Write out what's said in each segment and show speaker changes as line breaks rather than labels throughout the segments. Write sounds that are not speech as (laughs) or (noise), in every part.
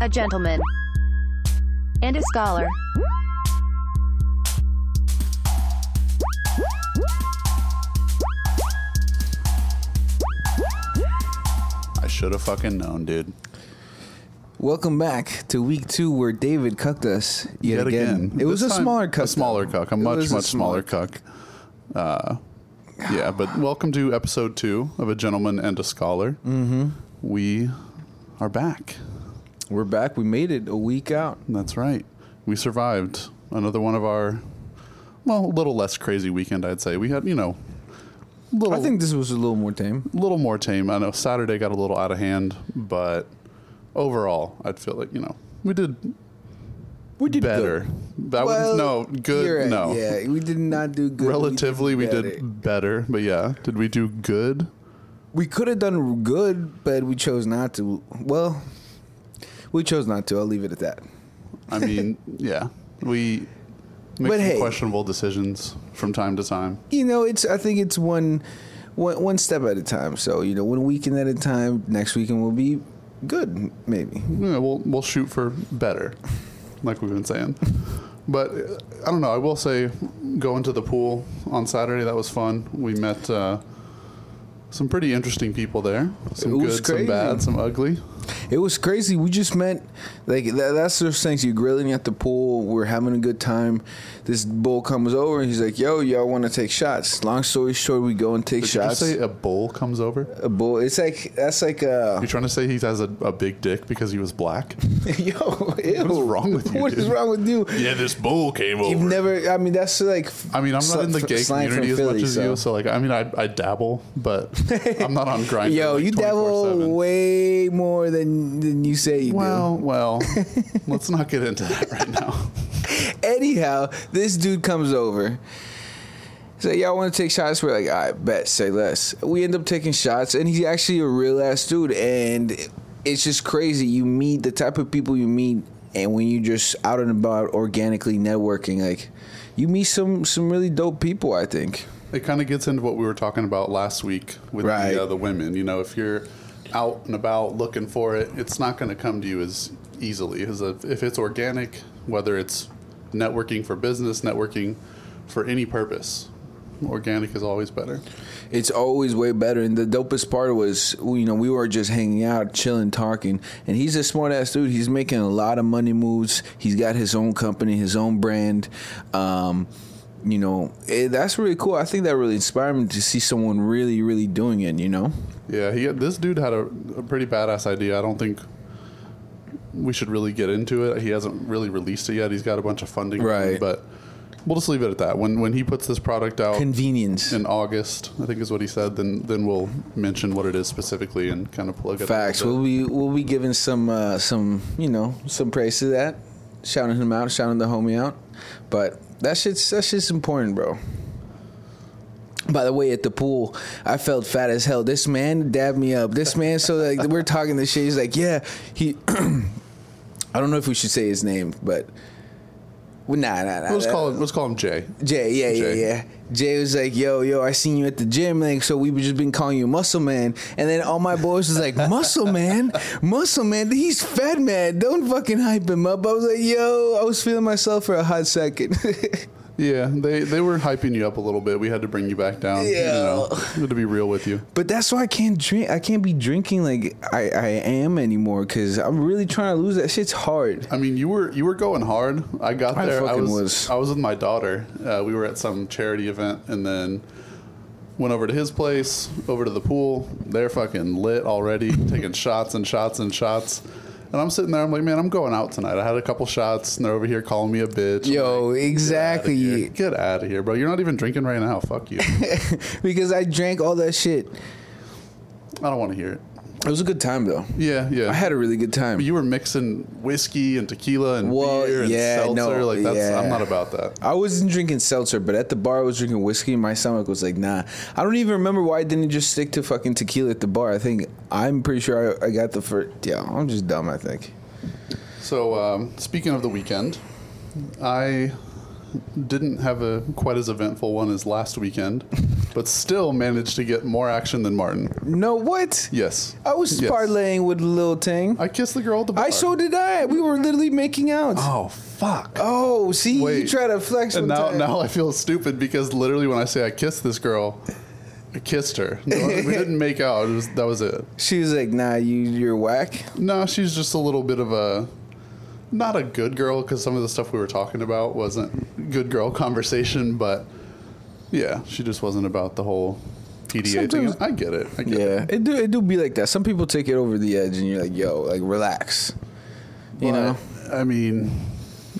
a gentleman, and a scholar.
I should have fucking known, dude.
Welcome back to week two, where David cucked us yet,
Yet
again.
again.
It was
This
a
time,
smaller cuck.
A smaller cuck. A
It
much,
was a
much smaller cuck. Uh, yeah, but welcome to episode two of A Gentleman and a Scholar. Mm-hmm. We are back.
We're back. We made it a week out.
That's right. We survived another one of our, well, a little less crazy weekend, I'd say. We had, you know, little,
I think this was a little more tame.
little more tame. I know Saturday got a little out of hand, but overall, I'd feel like, you know, we did
We did
better. That
Well,
was no good.
You're right.
No,
Yeah, we did not do good.
relatively, we did,
better.
better. But yeah, did we do good?
We could have done good, but we chose not to. Well, we chose not to. I'll leave it at that. (laughs)
I mean, yeah, we make
But
some
hey.
questionable decisions from time to time.
you know, it's I think it's one, one one step at a time. So you know, one weekend at a time. Next weekend will be good, maybe.
Yeah, we'll we'll shoot for better, like we've been saying. But uh, I don't know. I will say, going to the pool on Saturday that was fun. We met uh, some pretty interesting people there. Some
It was
good, some
crazy.
bad, some ugly.
It was crazy. We just met like that, that's those things. You're grilling at the pool. We're having a good time. This bull comes over and he's like, "Yo, y'all want to take shots?" Long story short, we go and take
Did
shots.
you just say a bull comes over?
a bull. It's like that's like a
You trying to say he has a, a big dick because he was black?
(laughs)
(laughs)
yo. What
What's wrong with you?
What is
dude?
wrong with you?
Yeah, this bull came over.
You've never. I mean, that's like.
I mean, I'm
sl-
not in the gay
slang from
community as much
Philly,
as you, so like, I mean, I, I dabble, but
(laughs)
I'm not on grind.
Yo,
like
you dabble
24/7.
way more than than you say you
Well,
(laughs)
well, let's not get into that right now.
do. (laughs) Anyhow, this dude comes over. So y'all want to take shots? We're like, I bet, say less. We end up taking shots, and he's actually a real ass dude, and it's just crazy. You meet the type of people you meet, and when you just out and about organically networking, like you meet some some really dope people. I think.
It kind of gets into what we were talking about last week with
Right.
the, uh, the women. You know, if you're out and about looking for it, it's not going to come to you as easily. As if, if it's organic, whether it's networking for business, networking for any purpose, organic is always better.
It's always way better. And the dopest part was, you know, we were just hanging out, chilling, talking. And he's a smart ass dude. He's making a lot of money moves. He's got his own company, his own brand. Um, you know, eh, that's really cool. I think that really inspired me to see someone really, really doing it, you know?
Yeah, he this dude had a, a pretty badass idea. I don't think we should really get into it. He hasn't really released it yet. He's got a bunch of funding,
Right.
But we'll just leave it at that. When when he puts this product out
Convenience.
in August, I think is what he said. Then then we'll mention what it is specifically and kind of plug it. a little
Facts.
bit.
We'll be, we'll be giving some, uh, some, you know, some praise to that. Shouting him out, shouting the homie out. But that shit's, that shit's important, bro. By the way, at the pool, I felt fat as hell. This man dabbed me up. This man, so like (laughs) we're talking this shit. He's like, yeah, he. (clears throat) I don't know if we should say his name, but well, nah, nah, nah.
We'll just
that-
call him. Let's call him Jay.
Jay, yeah,
Jay.
yeah, yeah. Jay was like, "Yo, yo, I seen you at the gym, like, so we've just been calling you Muscle Man." And then all my boys was like, "Muscle Man, Muscle Man, he's fat man. Don't fucking hype him up." I was like, "Yo, I was feeling myself for a hot second. (laughs)
Yeah, they they were hyping you up a little bit. We had to bring you back down. You
Yeah.
know, we had to be real with you.
But that's why I can't drink. I can't be drinking like I, I am anymore because I'm really trying to lose that. Shit's hard.
I mean, you were you were going hard. I got
I
there. I
fucking
was,
was.
I was with my daughter. Uh, we were at some charity event, and then went over to his place, over to the pool. They're fucking lit
(laughs)
already, taking shots and shots and shots. And I'm sitting there. I'm like, man, I'm going out tonight. I had a couple shots, and they're over here calling me a bitch. I'm like, Get
Yo,
out, of here.
exactly.
Get outta here, bro. You're not even drinking right now. Fuck you. I
(laughs) because I drank all that shit.
don't want to hear it.
It was a good time though.
Yeah, yeah.
I had a really good time.
You were mixing whiskey and tequila and
Well,
beer and
yeah,
seltzer.
no,
like that's.
yeah.
I'm not about that.
I wasn't drinking seltzer, but at the bar I was drinking whiskey. My stomach was like, nah. I don't even remember why I didn't just stick to fucking tequila at the bar. I think I'm pretty sure I, I got the first. Yeah, I'm just dumb. I think.
So, um, speaking of the weekend,
(laughs)
I didn't have a quite as eventful one as last weekend. but still managed to get more action than Martin.
No, what?
Yes.
I was
Yes.
parlaying with Lil Ting. I,
I kissed the girl at the bar.
so did I. We were literally making out. Oh,
Oh, fuck.
see, you
Wait.
try to flex
and
one
now,
time.
now I feel stupid because literally when I say I kissed this girl, I kissed her. No, we didn't make out. It was, that was it.
She was like, "Nah, you you're whack."
No, she's just a little bit of a not a good girl because some of the stuff we were talking about wasn't good girl (laughs) conversation, but yeah, she just wasn't about the whole PDA
Sometimes-
thing. I get it. I get it.
Yeah, it do it do be like that. Some people take it over the edge, and you're like, "Yo, like relax." You know,
But, I mean,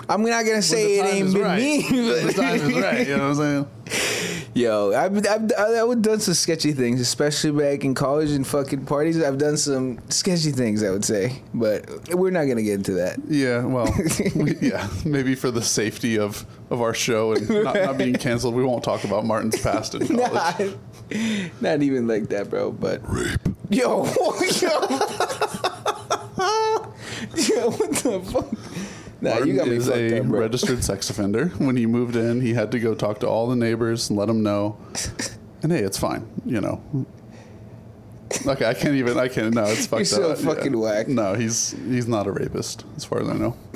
I'm not gonna
when
say
the
it
time
ain't
is
been
right-
me. (laughs)
when the
but-
time is right. You know what I'm saying?
Yo, I've, I've, I've done some sketchy things, especially back in college and fucking parties. I've done some sketchy things, I would say, but we're not gonna get into that.
Yeah.
(laughs)
Well, we, yeah. Maybe for the safety of of our show and not, not being canceled, we won't talk about Martin's past in college.
(laughs) Nah, not even like that, bro. But Yo, (laughs) yo, yo, what the fuck? Nah,
Martin
you got me
is
fucked
a
up, bro.
registered sex offender. When he moved in, he had to go talk to all the neighbors and let them know. And hey, it's fine, you know. Okay, I can't even. I can't. No, it's fucked
(laughs) You're so
up.
fucking whack.
No, he's he's not a rapist, as far as I
(laughs)
know.
(laughs)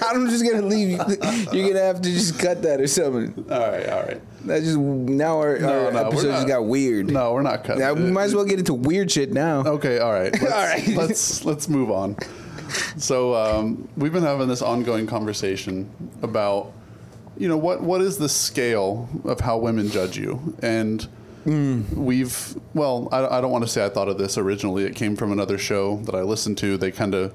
I'm just gonna leave.
(laughs)
you. You're gonna have to just cut that or something.
All right, all right.
That just now our, our
no, we're
episode just
not-
got weird.
No, we're not cutting.
Now, we
it.
might as well get into weird shit now.
Okay, all right. Let's,
All right.
let's let's move on. So um, we've been having this ongoing conversation about you know what what is the scale of how women judge you and.
Hmm.
We've well, I, I don't want to say I thought of this originally. It came from another show that I listened to. They kind of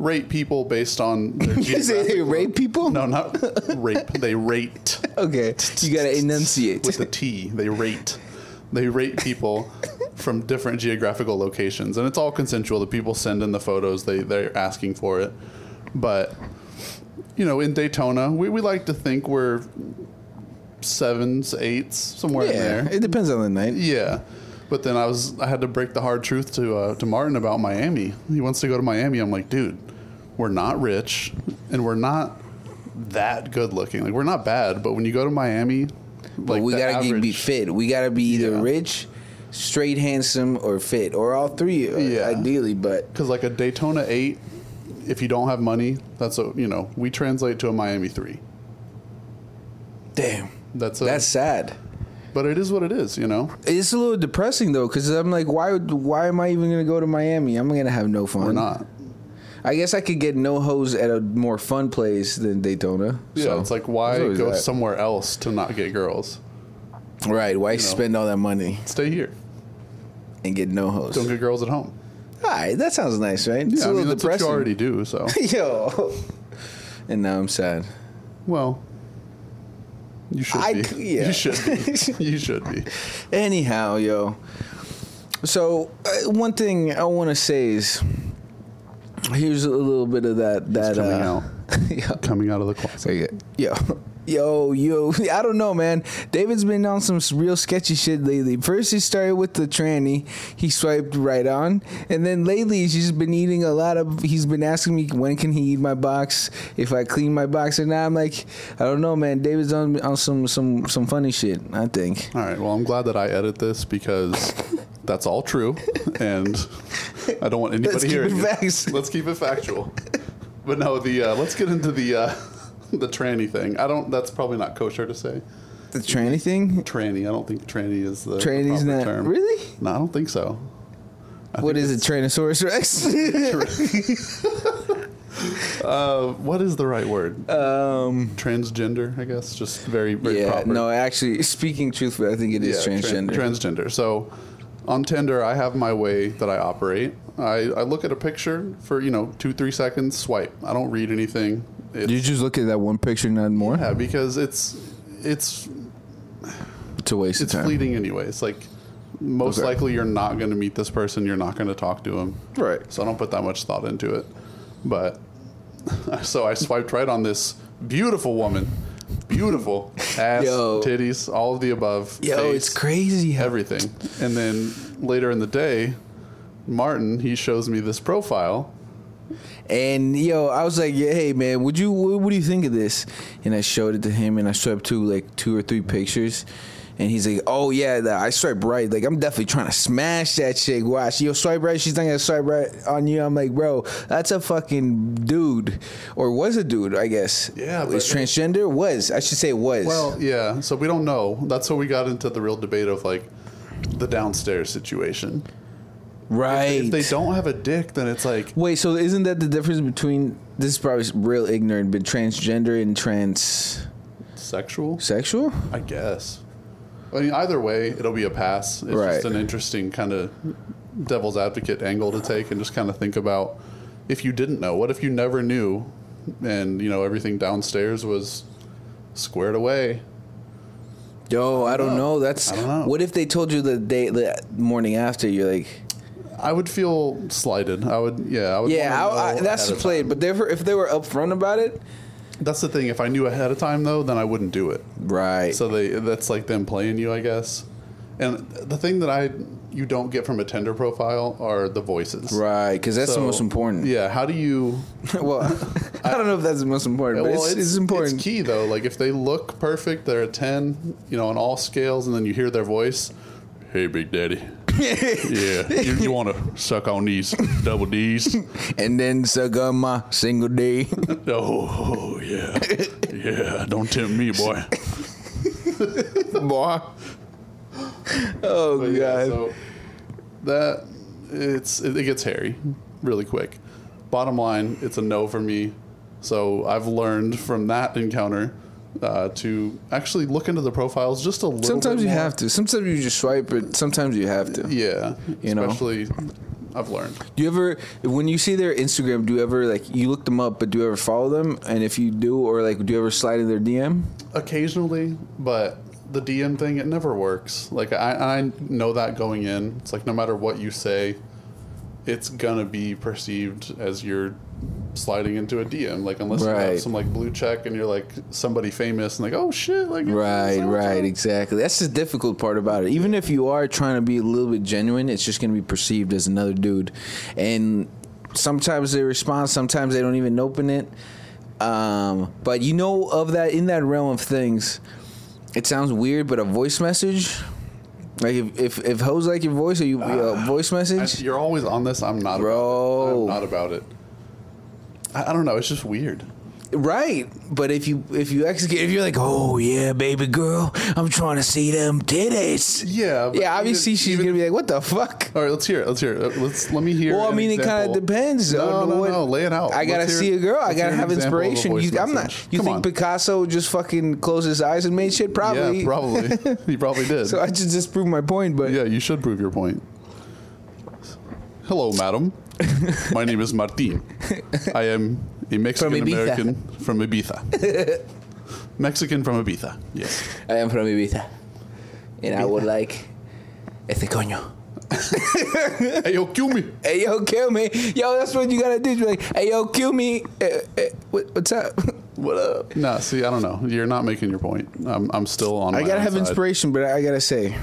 rate people based on their
You (laughs) say (laughs) they
geographic-
rape people?
No, not rape. They rate
Okay,
(laughs)
you gotta enunciate.
with the T. They rate. They rate people from different geographical locations, and it's all consensual. The people send in the photos; they they're asking for it. But you know, in Daytona, we, we like to think we're sevens, eights, somewhere in
Yeah,
there.
it depends on the night.
yeah. But then I was I had to break the hard truth to uh, to Martin about Miami. He wants to go to Miami. I'm like, dude, we're not rich, and we're not that good looking. Like we're not bad, but when you go to Miami.
But
Like
we
the
gotta get, be
average-
fit. We gotta be either
Yeah.
rich, straight, handsome, or fit, or all three, uh,
Yeah.
ideally. But
Because like a Daytona eight, if you don't have money, that's a you know we translate to a Miami three.
damn,
That's a,
that's sad.
but it is what it is, you know.
It's a little depressing though, because I'm like, why? would- Why am I even gonna go to Miami? I'm gonna have no fun.
We're not.
I guess I could get no hoes at a more fun place than Daytona.
Yeah,
so
it's like
there's
why
always
go
that.
somewhere else to not get girls?
right? Why spend all that money
Stay here.
and get no hoes?
Don't get girls at home.
All right, that sounds nice, right? It's
Yeah,
a
I
little
mean that's what you
depressing.
already do. So
(laughs) Yo, and now I'm sad.
well, you should
I
be.
c-
(laughs)
yeah.
You should. Be. you should be.
Anyhow, yo. So uh, one thing I want to say is, here's a little bit of that that
coming
uh,
out.
(laughs) yo,
Coming out of the closet.
yo, yo, yo. I don't know, man. David's been on some real sketchy shit lately. First, he started with the tranny. He swiped right on, and then lately he's just been eating a lot of. He's been asking me when can he eat my box, if I clean my box, and now I'm like, I don't know, man. David's on on some some some funny shit. I think.
All right. Well, I'm glad that I edit this (laughs) because that's all true, and I don't want anybody
Let's keep
hearing
it facts.
Let's keep it factual. But no, the uh, let's get into the uh, (laughs) the tranny thing. I don't. That's probably not kosher to say
The tranny thing.
tranny. I don't think tranny is the
Tranny's
proper
not-
term.
really?
No, I don't think so.
What is it, Tyrannosaurus
(laughs)
Rex?
Uh, what is the right word?
um,
Transgender, I guess. Just very, very
yeah,
proper.
no, actually, speaking truthfully, I think it is
Yeah, tran-
transgender.
transgender. So on Tinder, I have my way that I operate. I, I look at a picture for, you know, two, three seconds, swipe. I don't read anything. It's,
you just look at that one picture, not more?
yeah, because it's it's
It's a waste
it's
of time.
fleeting anyways. Like most
Okay.
likely you're not going to meet this person, you're not going to talk to him.
Right.
So I don't put that much thought into it. But (laughs) so I swiped right on this beautiful woman. Beautiful ass,
Yo.
titties, all of the above.
Yo, it's
face
crazy. How,
everything. And then later in the day, Martin he shows me this profile
And yo, I was like, yeah, "Hey, man, would you? What, what do you think of this?" And I showed it to him, and I swiped two, like two or three pictures, and he's like, "Oh yeah, that- I swipe right. Like I'm definitely trying to smash that chick. Watch, yo, swipe right. She's not gonna swipe right on you." I'm like, "Bro, that's a fucking dude, or was a dude, I guess.
Yeah, but-
was transgender. Was I should say was.
Well, yeah. So we don't know. That's what we got into the real debate of like the downstairs situation.
right.
If they don't have a dick, then it's like
Wait, so isn't that the difference between this is probably real ignorant, but transgender and transsexual?
sexual, I guess. I mean, either way, it'll be a pass. It's
Right.
just an interesting kind of devil's advocate angle to take and just kind of think about if you didn't know. What if you never knew and, you know, everything downstairs was squared away?
Yo, I don't know. That's
I don't know.
what if they told you the day the morning after you're like,
I would feel slighted. I would, yeah. I would
yeah,
wanna
I, I,
know
that's
ahead of
played.
time.
But they were- if they were upfront about it,
That's the thing. If I knew ahead of time, though, then I wouldn't do it.
right?
So they that's like them playing you, I guess. And the thing that I you don't get from a Tinder profile are the voices.
right, because that's
So,
the most important.
Yeah. How do you?
(laughs)
(laughs)
well, I don't know if that's the most important, but it's, it's, important.
It's key though. Like if they look perfect, they're a ten, you know, on all scales, and then you hear their voice. Hey, Big Daddy.
(laughs)
yeah, you, you want to suck on these double D's?
(laughs) and then suck on my single D.
Oh, yeah, yeah. Don't tempt me,
(laughs)
boy.
(laughs) boy. Oh
But
god.
yeah, so that it's it, it gets hairy really quick. Bottom line, it's a no for me. So I've learned from that encounter uh, to actually look into the profiles just a little.
Sometimes
bit
you
more.
have to. Sometimes you just swipe, but sometimes you have to.
Yeah,
You know.
especially I've learned.
Do you ever, when you see their Instagram, do you ever like you look them up, but do you ever follow them? And if you do, or like, do you ever slide in their DM?
occasionally, but the DM thing it never works. Like I, I know that going in, it's like no matter what you say, it's gonna be perceived as you're sliding into a DM. Like unless you
Right.
have some like blue check and you're like somebody famous and like oh shit, like oh, it's-
Right,
it's so-
right, exactly. That's the difficult part about it. Even if you are trying to be a little bit genuine, it's just going to be perceived as another dude. And sometimes they respond, sometimes they don't even open it. Um, but you know, of that in that realm of things, it sounds weird, but a voice message. Like if if, if hoes like your voice or you a voice
I-
message,
you're always on this. I'm not, About it.
Bro.
I'm not about it. I, I don't know. It's just weird.
Right, but if you if you execute, if you're like, oh yeah, baby girl, I'm trying to see them titties.
Yeah, but
yeah. Obviously,
even-
she's
even-
gonna be like, what the fuck?
All right, let's hear it. Let's hear it. Uh, Let's let me hear.
Well, I
an
mean, it kind of
example.
depends.
No,
on
no,
what-
no. Lay it out.
I gotta
Let's
see
hear-
a girl. I
let's
gotta
hear an
have
example of a
inspiration.
voice
You, I'm not.
message.
You
Come
think
on.
Picasso just fucking closed his eyes and made shit? Probably.
Yeah, probably.
(laughs)
he probably did.
So I just disproved my point,
(laughs)
but
yeah, you should prove your point. Hello, madam. My name is Martin. I am a Mexican
Ibiza.
American from Ibiza. Mexican from Ibiza. Yes.
I am from Ibiza, and I would like este coño.
Hey, yo, kill me.
Hey yo, kill me, yo. That's what you gotta do. You're like, hey yo, kill me. Eh, eh, what, what's up? (laughs)
What up? No, see, I don't know. You're not making your point. I'm, I'm still on.
I
my
gotta
own
have
side.
inspiration, but I gotta say,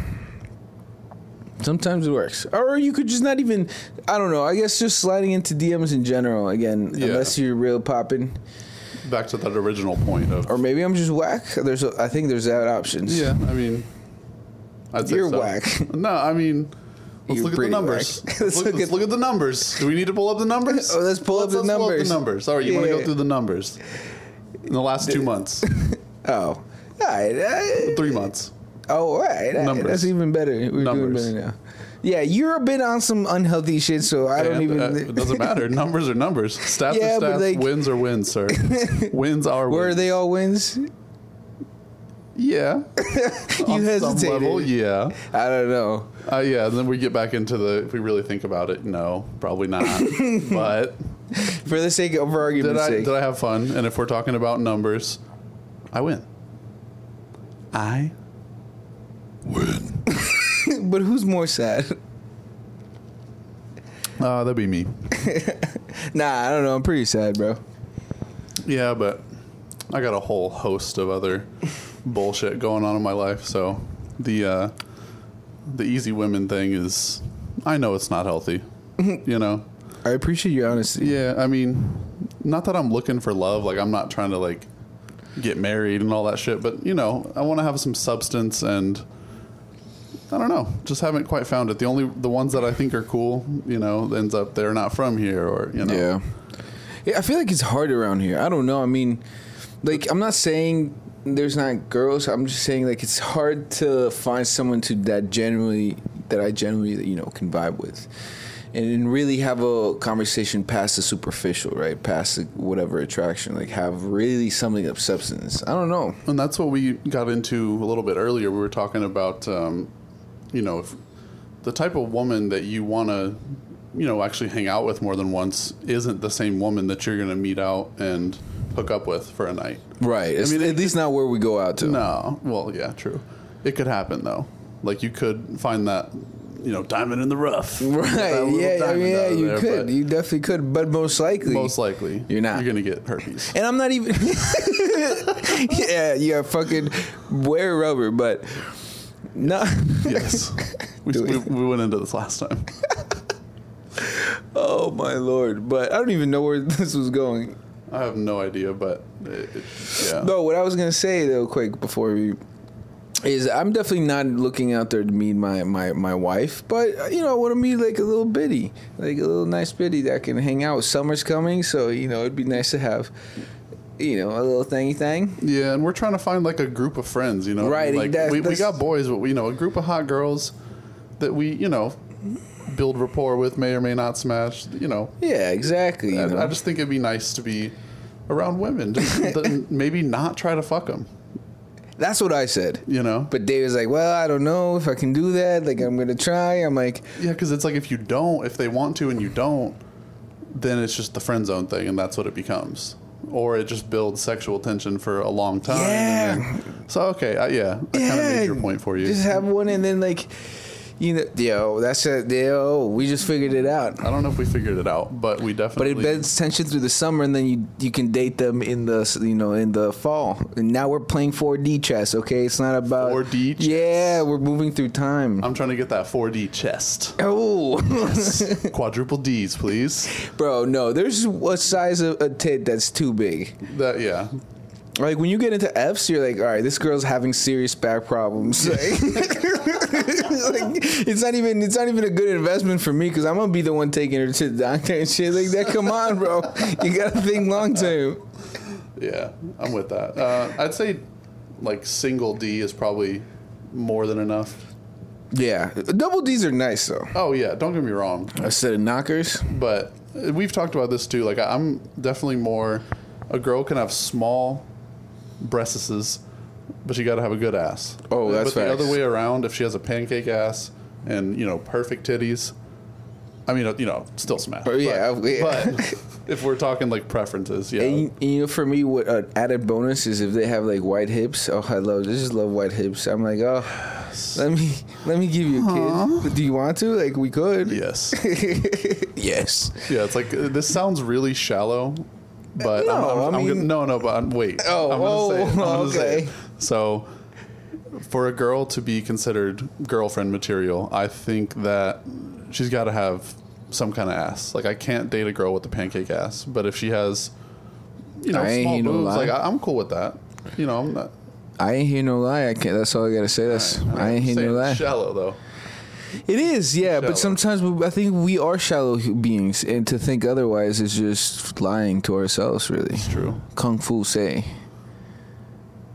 sometimes it works. Or you could just not even. I don't know. I guess just sliding into DMs in general again,
Yeah.
unless you're real popping,
Back to that original point of.
or maybe I'm just whack. There's, a, I think there's that options.
yeah, I mean. I'd say
You're
so.
whack.
(laughs) No, I mean. Let's
You're
look at the
pretty
numbers.
whack. (laughs)
let's, look, let's look at the numbers. Do we need to pull up the numbers?
Oh, let's pull up the numbers.
the numbers. All right, you want to
Yeah.
go through the numbers in the last two
(laughs)
months,
Oh. All right. eh.
three months.
Oh, all right. all right.
Numbers.
That's even better. We're
Numbers.
doing better now. Yeah, you're a bit on some unhealthy shit, so I don't
And,
even.
uh,
(laughs)
it doesn't matter. Numbers are numbers. Stats
Yeah,
are
but,
stats.
like-
wins are wins,
(laughs)
sir. wins are wins.
Where are they all wins?
Yeah.
(laughs) You
On some
hesitated.
level, yeah.
I don't know.
Uh, yeah. And then we get back into the. If we really think about it, no, probably
(laughs)
not. but
For the sake of for
did
argument's
I
sake.
did I have fun? And if we're talking about numbers, I win. I win.
(laughs) but who's more sad? (laughs)
Uh, that'd be me.
Nah, I don't know. I'm pretty sad, bro.
Yeah, but I got a whole host of other bullshit going on in my life. So the uh, the easy women thing is, I know it's not healthy. you know,
I appreciate your honesty.
Yeah, I mean, not that I'm looking for love. Like, I'm not trying to like get married and all that shit. But you know, I want to have some substance, and I don't know, just haven't quite found it. The only the ones that I think are cool, you know, ends up they're not from here, or you know,
Yeah. Yeah, I feel like it's hard around here. I don't know. I mean, like, I'm not saying there's not girls. I'm just saying, like, it's hard to find someone to that generally, that I generally, you know, can vibe with. And, and really have a conversation past the superficial, right? Past the, whatever attraction. Like, have really something of substance. I don't know.
and that's what we got into a little bit earlier. We were talking about, um, you know, if the type of woman that you want to, you know, actually hang out with more than once isn't the same woman that you're going to meet out and hook up with for a night.
Right. I
mean,
mean,
it
at least not where we go out to.
No. Well, yeah, true. It could happen though. Like you could find that, you know, diamond in the rough. That
(laughs) (laughs) Right.
little
Yeah. I
diamond
mean, yeah,
out of
you
there,
could.
but
You definitely could. But most likely.
most likely,
You're not.
You're gonna get
(laughs)
herpes.
And I'm not even. yeah, yeah, fucking wear rubber, but no.
yes. We,
Do
we,
it.
we went into this last time.
(laughs) Oh my lord! But I don't even know where (laughs) this was going.
I have no idea, but it, it- yeah.
No, what I was gonna say though, quick before we, is I'm definitely not looking out there to meet my my my wife, but uh, you know I want to meet like a little bitty, like a little nice bitty that I can hang out. with. Summer's coming, so you know it'd be nice to have, you know, a little thingy thing.
Yeah, and we're trying to find like a group of friends, you know. what I mean?
Right,
Like
that-
we, we
that's-
got boys, but we you know a group of hot girls that we you know build rapport with, may or may not smash. You know,
Yeah, exactly. you know.
I, I just think it'd be nice to be around women. Just
(laughs)
th- maybe not try to fuck them.
That's what I said.
You know,
But David's like, well, I don't know if I can do that. Like, I'm gonna try. I'm like,
yeah, because it's like if you don't, if they want to and you don't, then it's just the friend zone thing, and that's what it becomes. Or it just builds sexual tension for a long time. and
Yeah.
then- so okay, I, yeah, I kind of
yeah,
made your point for you.
Just have one, and then like, you know, yo, that's it. Yo, we just figured it out.
I don't know if we figured it out, but we
But
definitely.
it bends tension through the summer, and then you you can date them in the you know in the fall. And now we're playing 4D chess. Okay, it's not about
4D chess.
Yeah, we're moving through time.
I'm trying to get that 4D
(laughs)
chest.
oh,
Quadruple D's, please.
bro, no, there's a size of a tit that's too big.
That yeah.
Like when you get into Fs, you're like, all right, this girl's having serious back problems. (laughs) Like, like, it's not even it's not even a good investment for me because I'm gonna be the one taking her to the doctor and shit like that. Come on, bro, you gotta think long term.
Yeah, I'm with that. Uh, I'd say like single D is probably more than enough.
Yeah, double D's are nice though.
Oh yeah, don't get me wrong,
A set of knockers.
but we've talked about this too. Like I- I'm definitely more a girl can have small breasts, but you got to have a good ass.
Oh, that's
But the
facts.
other way around, if she has a pancake ass and you know perfect titties, I mean you know still smash.
Oh, yeah,
but,
yeah.
but if we're talking like preferences, yeah,
And, you- and you know, for me, what an added bonus is if they have like white hips. Oh, I love, I just love white hips. I'm like, oh, let me let me give you a kid. Do you want to? Like, we could. (laughs)
yes.
yes.
Yeah, it's like uh, this sounds really shallow, but
No,
I'm, I'm,
I
I'm gonna,
mean-
no, no, but I'm, wait.
Oh,
I'm gonna say it. I'm
oh,
gonna say it.
okay.
So, for a girl to be considered girlfriend material, I think that she's got to have some kind of ass. Like I can't date a girl with a pancake ass, but if she has, you know,
I ain't
small
you no
boobs,
lie.
like I, I'm cool with that. You know, I'm not.
I ain't hear no lie. I can't. That's all I gotta say. That's I ain't hear
saying
no
it's
lie.
Shallow though.
It is, yeah.
shallow.
But sometimes we, I think we are shallow hu- beings, and to think otherwise is just lying to ourselves. Really,
It's true.
Kung Fu say,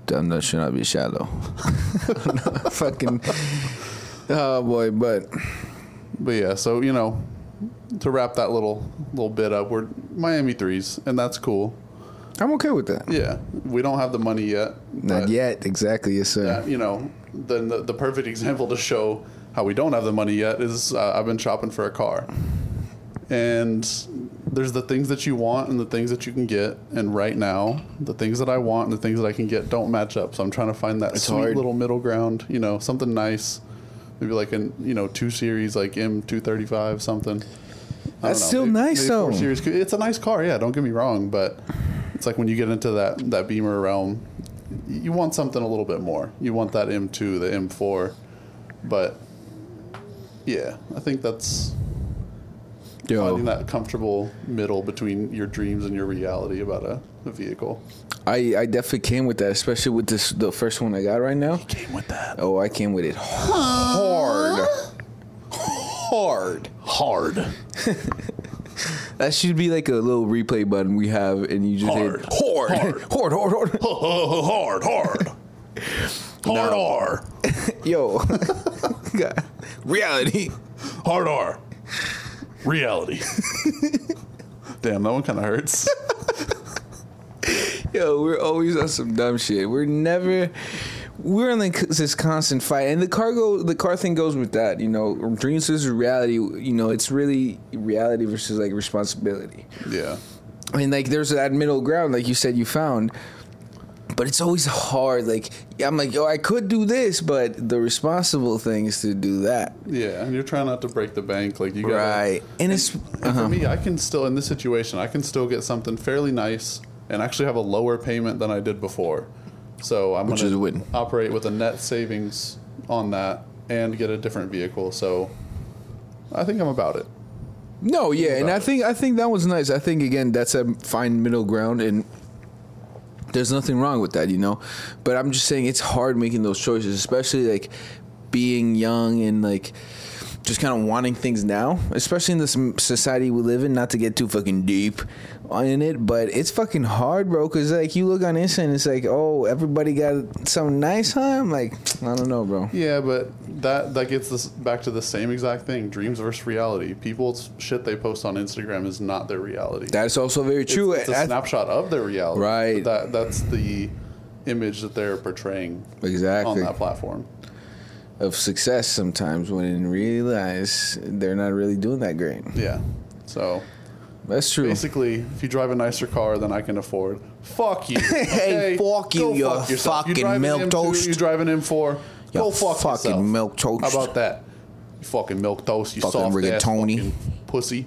"Dumb nut should not be shallow." (laughs) Fucking. Oh boy, but
But yeah, so you know, to wrap that little little bit up, we're Miami threes, and that's cool.
I'm okay with that.
Yeah, we don't have the money yet.
Not
but,
yet, exactly. Yes, sir.
uh, you know, then the, the perfect (laughs) example to show how we don't have the money yet is uh, I've been shopping for a car, and there's the things that you want and the things that you can get, and right now the things that I want and the things that I can get don't match up. So I'm trying to find that sweet
hard.
little middle ground. You know, something nice, maybe like an you know two series like M235 something. I don't
That's
know,
still nice,
four
though.
Series could- It's a nice car, yeah. Don't get me wrong, but it's like when you get into that that Beamer realm, you want something a little bit more. You want that M2, the M4, but yeah, I think that's
Yo.
finding that comfortable middle between your dreams and your reality about a, a vehicle.
I, I definitely came with that, especially with this the first one I got right now.
Came with that
Oh, I came with it hard.
hard, hard, hard, (laughs)
That should be like a little replay button we have, and you just
hard,
hit
hard, hard,
hard, hard, hard.
hard, hard, hard, R,
Yo, (laughs) God. reality.
hard R, reality. (laughs) Damn, that one kind of (laughs) hurts.
Yo, we're always on some dumb shit. We're never. We're in like this constant fight, and the cargo, the car thing goes with that. You know, dreams versus reality. You know, it's really reality versus like responsibility.
yeah,
I mean, like there's that middle ground, like you said, you found. But it's always hard. Like I'm like, yo, I could do this, but the responsible thing is to do that,
yeah, and you're trying not to break the bank, like you got
right? And it's uh-huh.
And uh-huh. for me, I can still in this situation, I can still get something fairly nice and actually have a lower payment than I did before. So I'm
Which
going
is a win.
to operate with a net savings on that and get a different vehicle. So I think I'm about it.
No, yeah, and
about
I
it.
think I think that was nice. I think again that's a fine middle ground, and there's nothing wrong with that, you know. But I'm just saying it's hard making those choices, especially like being young and like just kind of wanting things now, especially in this m- society we live in. Not to get too fucking deep in it, but it's fucking hard, bro. Because like you look on Insta and it's like, oh, everybody got something nice, huh? I'm like, I don't know, bro.
Yeah, but that that gets us back to the same exact thing: dreams versus reality. People's shit they post on Instagram is not their reality.
That's also very
It's-
true.
It's,
I-
a snapshot of their reality.
Right.
But that that's the image that they're portraying
exactly.
on that platform.
of success sometimes when in realize they're not really doing that great.
Yeah. So
That's true.
Basically, if you drive a nicer car than I can afford, fuck you.
(laughs) Hey,
okay?
fuck you, you
yourself.
fucking
drive an
milk
M2,
toast.
You drive an M4,
You
go fuck
fucking
yourself.
milk toast.
How about that? You fucking milk toast, you
Fucking
soft ass
rigatoni.
fucking pussy.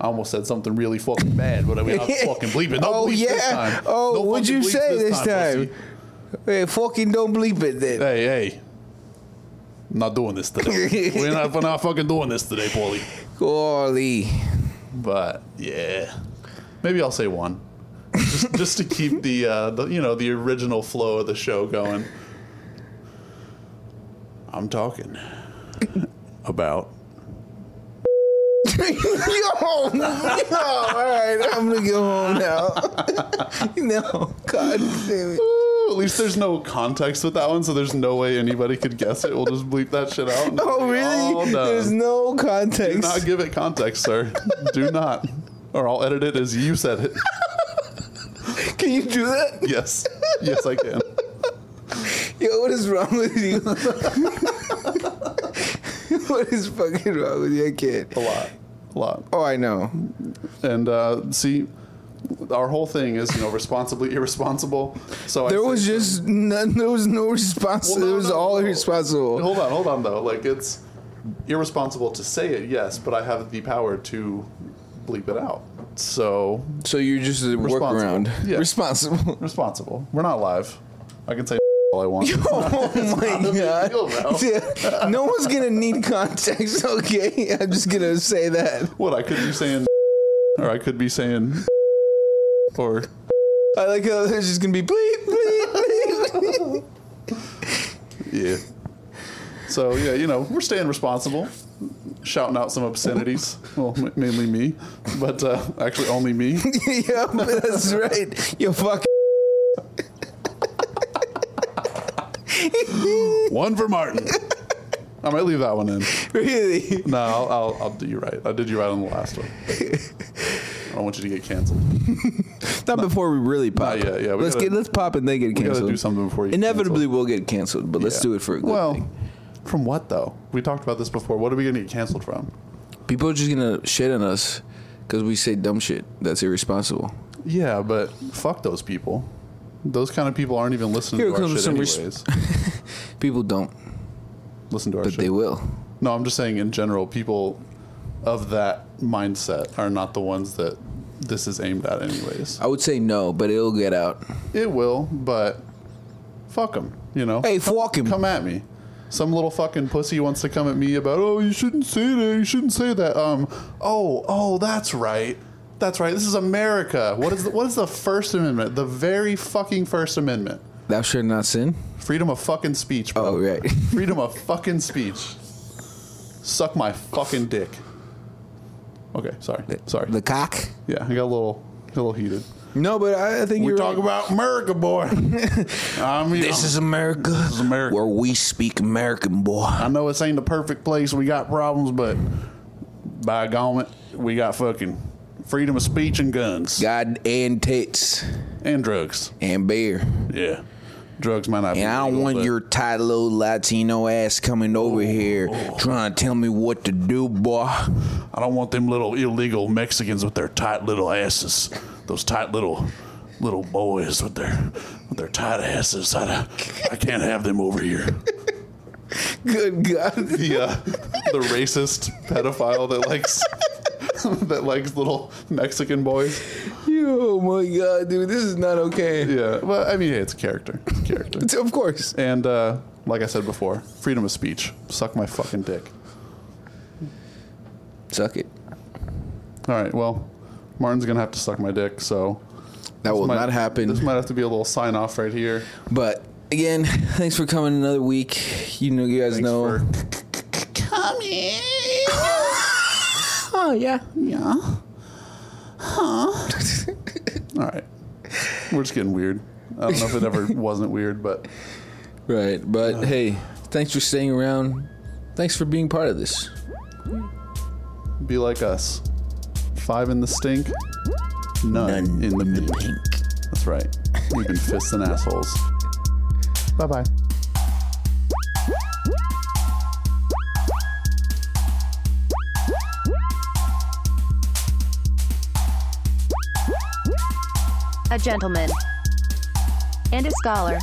I almost said something really fucking bad, but I
(laughs)
mean, I'm fucking bleeping. No
oh
bleeps
yeah.
This time.
Oh,
No
what'd
fucking
you
bleeps
say this time?
pussy.
Hey, fucking don't bleep it then.
Hey, hey. I'm not doing this
(laughs)
today. we're, not, we're not fucking doing this today, Paulie.
Golly. (laughs)
but yeah, maybe I'll say one, just, (laughs) just to keep the, uh, the you know the original flow of the show going. I'm talking (laughs) about
yo, yo, all right, I'm gonna go home now. (laughs) no, God damn it.
Ooh, at least there's no context with that one, so there's no way anybody could guess it. We'll just bleep that shit out. and it'll
(laughs) Oh
be all
really?
done.
There's no
Do
context.
not give it context, sir. Do not, or I'll edit it as you said it.
Can you do that?
Yes, yes, I can.
Yo, what is wrong with you? (laughs) what is fucking wrong with you? I can't.
A lot, a lot.
Oh, I know.
and uh, see our whole thing is you know responsibly (laughs) irresponsible so
There
I (laughs)
was
say-
just none, there was no response.
Well, no,
it was
no,
all
no.
irresponsible.
hold on hold on though like it's irresponsible to say it yes but i have the power to bleep it out so
So you're just a
Responsible.
workaround.
Yeah.
Responsible. (laughs)
responsible we're not live i can say (laughs) all i want
Oh my
big
god.
deal, bro.
(laughs) Yeah. no one's gonna need context, (laughs) okay? I'm just gonna say that.
what i could be saying (laughs) or i could be saying (laughs) or
I like how there's just gonna be bleep, bleep, bleep.
yeah so yeah you know we're staying responsible shouting out some obscenities well m- mainly me but uh, actually only me
(laughs) yep, that's right. You fucking.
One for Martin. I might leave that one in.
Really?
No, I'll, I'll, I'll do you right. I did you right on the last one. I don't want you to get canceled.
Not before we really pop.
Not yet, yeah, we
let's
gotta-
get let's pop and then get
gotta
canceled.
do something before you get
Inevitably,
canceled.
we'll get canceled, but let's
Yeah.
do it for a good
Well,
thing.
from what though? We talked about this before. What are we going to get canceled from?
People are just gonna shit on us because we say dumb shit that's irresponsible.
Yeah, but fuck those people. Those kind of people aren't even listening
Here
to our
comes
shit
some res-
anyways.
People don't,
Listen to our
but
shit.
they will.
no, I'm just saying in general, people of that mindset are not the ones that this is aimed at anyways.
I would say no, but it'll get out.
It will, but fuck them, you know?
Hey, fuck him.
Come at me. Some little fucking pussy wants to come at me about, oh, you shouldn't say that, you shouldn't say that. Um, oh, oh, that's right, that's right. This is America. What is the, what is the First Amendment? The very fucking First Amendment.
Thou should not sin.
Freedom of fucking speech, bro.
Oh right. (laughs)
Freedom of fucking speech. Suck my fucking dick. Okay, sorry, sorry.
The cock.
Yeah, I got a little, a little heated.
No, but I, I think
We
you're
talk
right.
about America,
(laughs)
boy. I mean,
This is America. This is
America.
Where we speak American, boy.
I know this ain't the perfect place. We got problems, but by gone, we got fucking freedom of speech and guns
God and tits
and drugs.
and beer.
Yeah, drugs might not. be
And I don't
legal,
want
but
your tight little Latino ass coming over here trying to tell me what to do, boy.
I don't want them little illegal Mexicans with their tight little asses. Those tight little little boys with their with their tight asses. I I can't have them over here.
Good God.
the uh, the racist pedophile that likes (laughs) that likes little Mexican boys.
(laughs) Oh my God, dude. This is not okay.
Yeah, well, I mean, hey, it's a character, it's a character.
It's- (laughs) Of course.
And uh, like I said before, freedom of speech. Suck my fucking dick.
Suck it.
All right, well, Martin's gonna have to suck my dick, so
That will
might-
not happen.
This might have to be a little sign off right here.
But again, (laughs) thanks for coming another week. You know, you guys
Thanks
know.
for
Coming.
(gasps) oh yeah.
Yeah.
(laughs) all right. We're just getting weird. I don't know if it
(laughs)
ever wasn't weird, but
Right, but hey, thanks for staying around. Thanks for being part of this.
be like us. Five in the stink, none, in the pink. That's right. We've been fists and assholes. Bye bye.
a gentleman, and a scholar.